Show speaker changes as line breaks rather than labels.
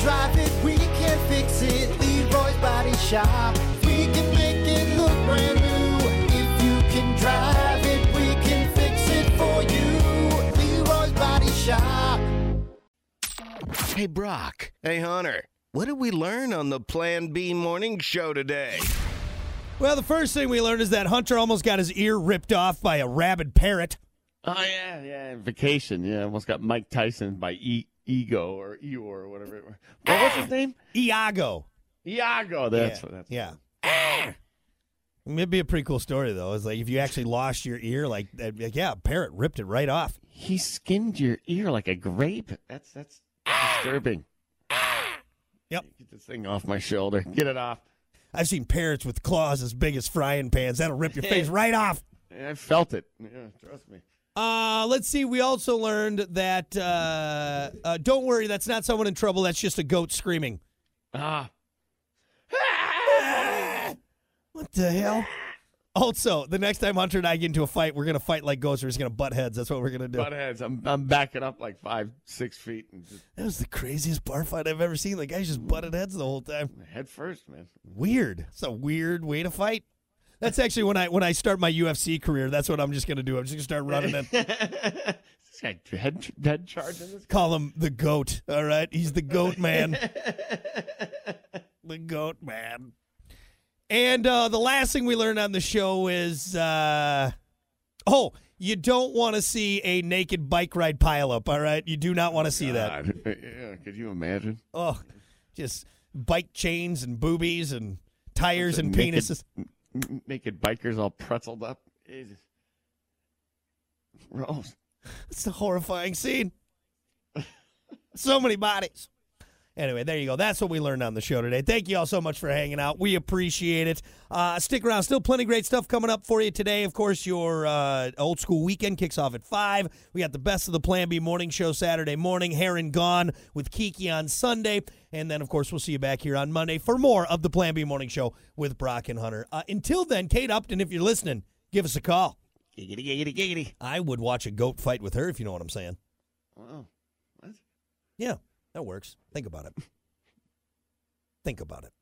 drive it, we can fix it. Leroy's Body Shop. We can make it look brand new. If you can drive it, we can fix it for you. Leroy's Body Shop.
Hey, Brock. Hey, Hunter. What did we learn on the Plan B morning show today?
Well, the first thing we learned is that Hunter almost got his ear ripped off by a rabid parrot.
Oh yeah, yeah. Vacation. Yeah, almost got Mike Tyson by e- Ego or Eeyore or whatever. It was. Well, what's his name?
Iago.
Iago. That's
yeah.
what. That's
yeah. Ah! It'd be a pretty cool story though. It's like if you actually lost your ear, like, that'd be like yeah, a parrot ripped it right off.
He skinned your ear like a grape. That's that's disturbing.
Yep.
Get this thing off my shoulder. Get it off.
I've seen parrots with claws as big as frying pans. That'll rip your face right off.
I felt it. Yeah, trust me.
Uh, let's see. We also learned that uh, uh, don't worry, that's not someone in trouble. That's just a goat screaming.
Ah.
What the hell? Also, the next time Hunter and I get into a fight, we're gonna fight like ghosts. We're just gonna butt heads. That's what we're gonna do.
Butt heads. I'm I'm backing up like five, six feet and just
That was the craziest bar fight I've ever seen. The guys just butted heads the whole time.
head first, man.
Weird. It's a weird way to fight. That's actually when I when I start my UFC career. That's what I'm just gonna do. I'm just gonna start running and
This guy head head charging this.
call him the goat. All right, he's the goat man. the goat man. And uh, the last thing we learned on the show is, uh, oh, you don't want to see a naked bike ride pileup. All right, you do not want to see that.
God. Yeah, could you imagine?
Oh, just bike chains and boobies and tires and
Naked-
penises.
n- naked bikers all pretzeled up. Jesus. Gross.
It's a horrifying scene. so many bodies. Anyway, there you go. That's what we learned on the show today. Thank you all so much for hanging out. We appreciate it. Uh, stick around. Still plenty of great stuff coming up for you today. Of course, your uh, old school weekend kicks off at 5. We got the best of the Plan B morning show Saturday morning, Heron Gone with Kiki on Sunday. And then, of course, we'll see you back here on Monday for more of the Plan B morning show with Brock and Hunter. Uh, until then, Kate Upton, if you're listening, give us a call.
Giggity, giggity, giggity.
I would watch a goat fight with her if you know what I'm saying.
Wow. What?
Yeah, that works. Think about it. Think about it.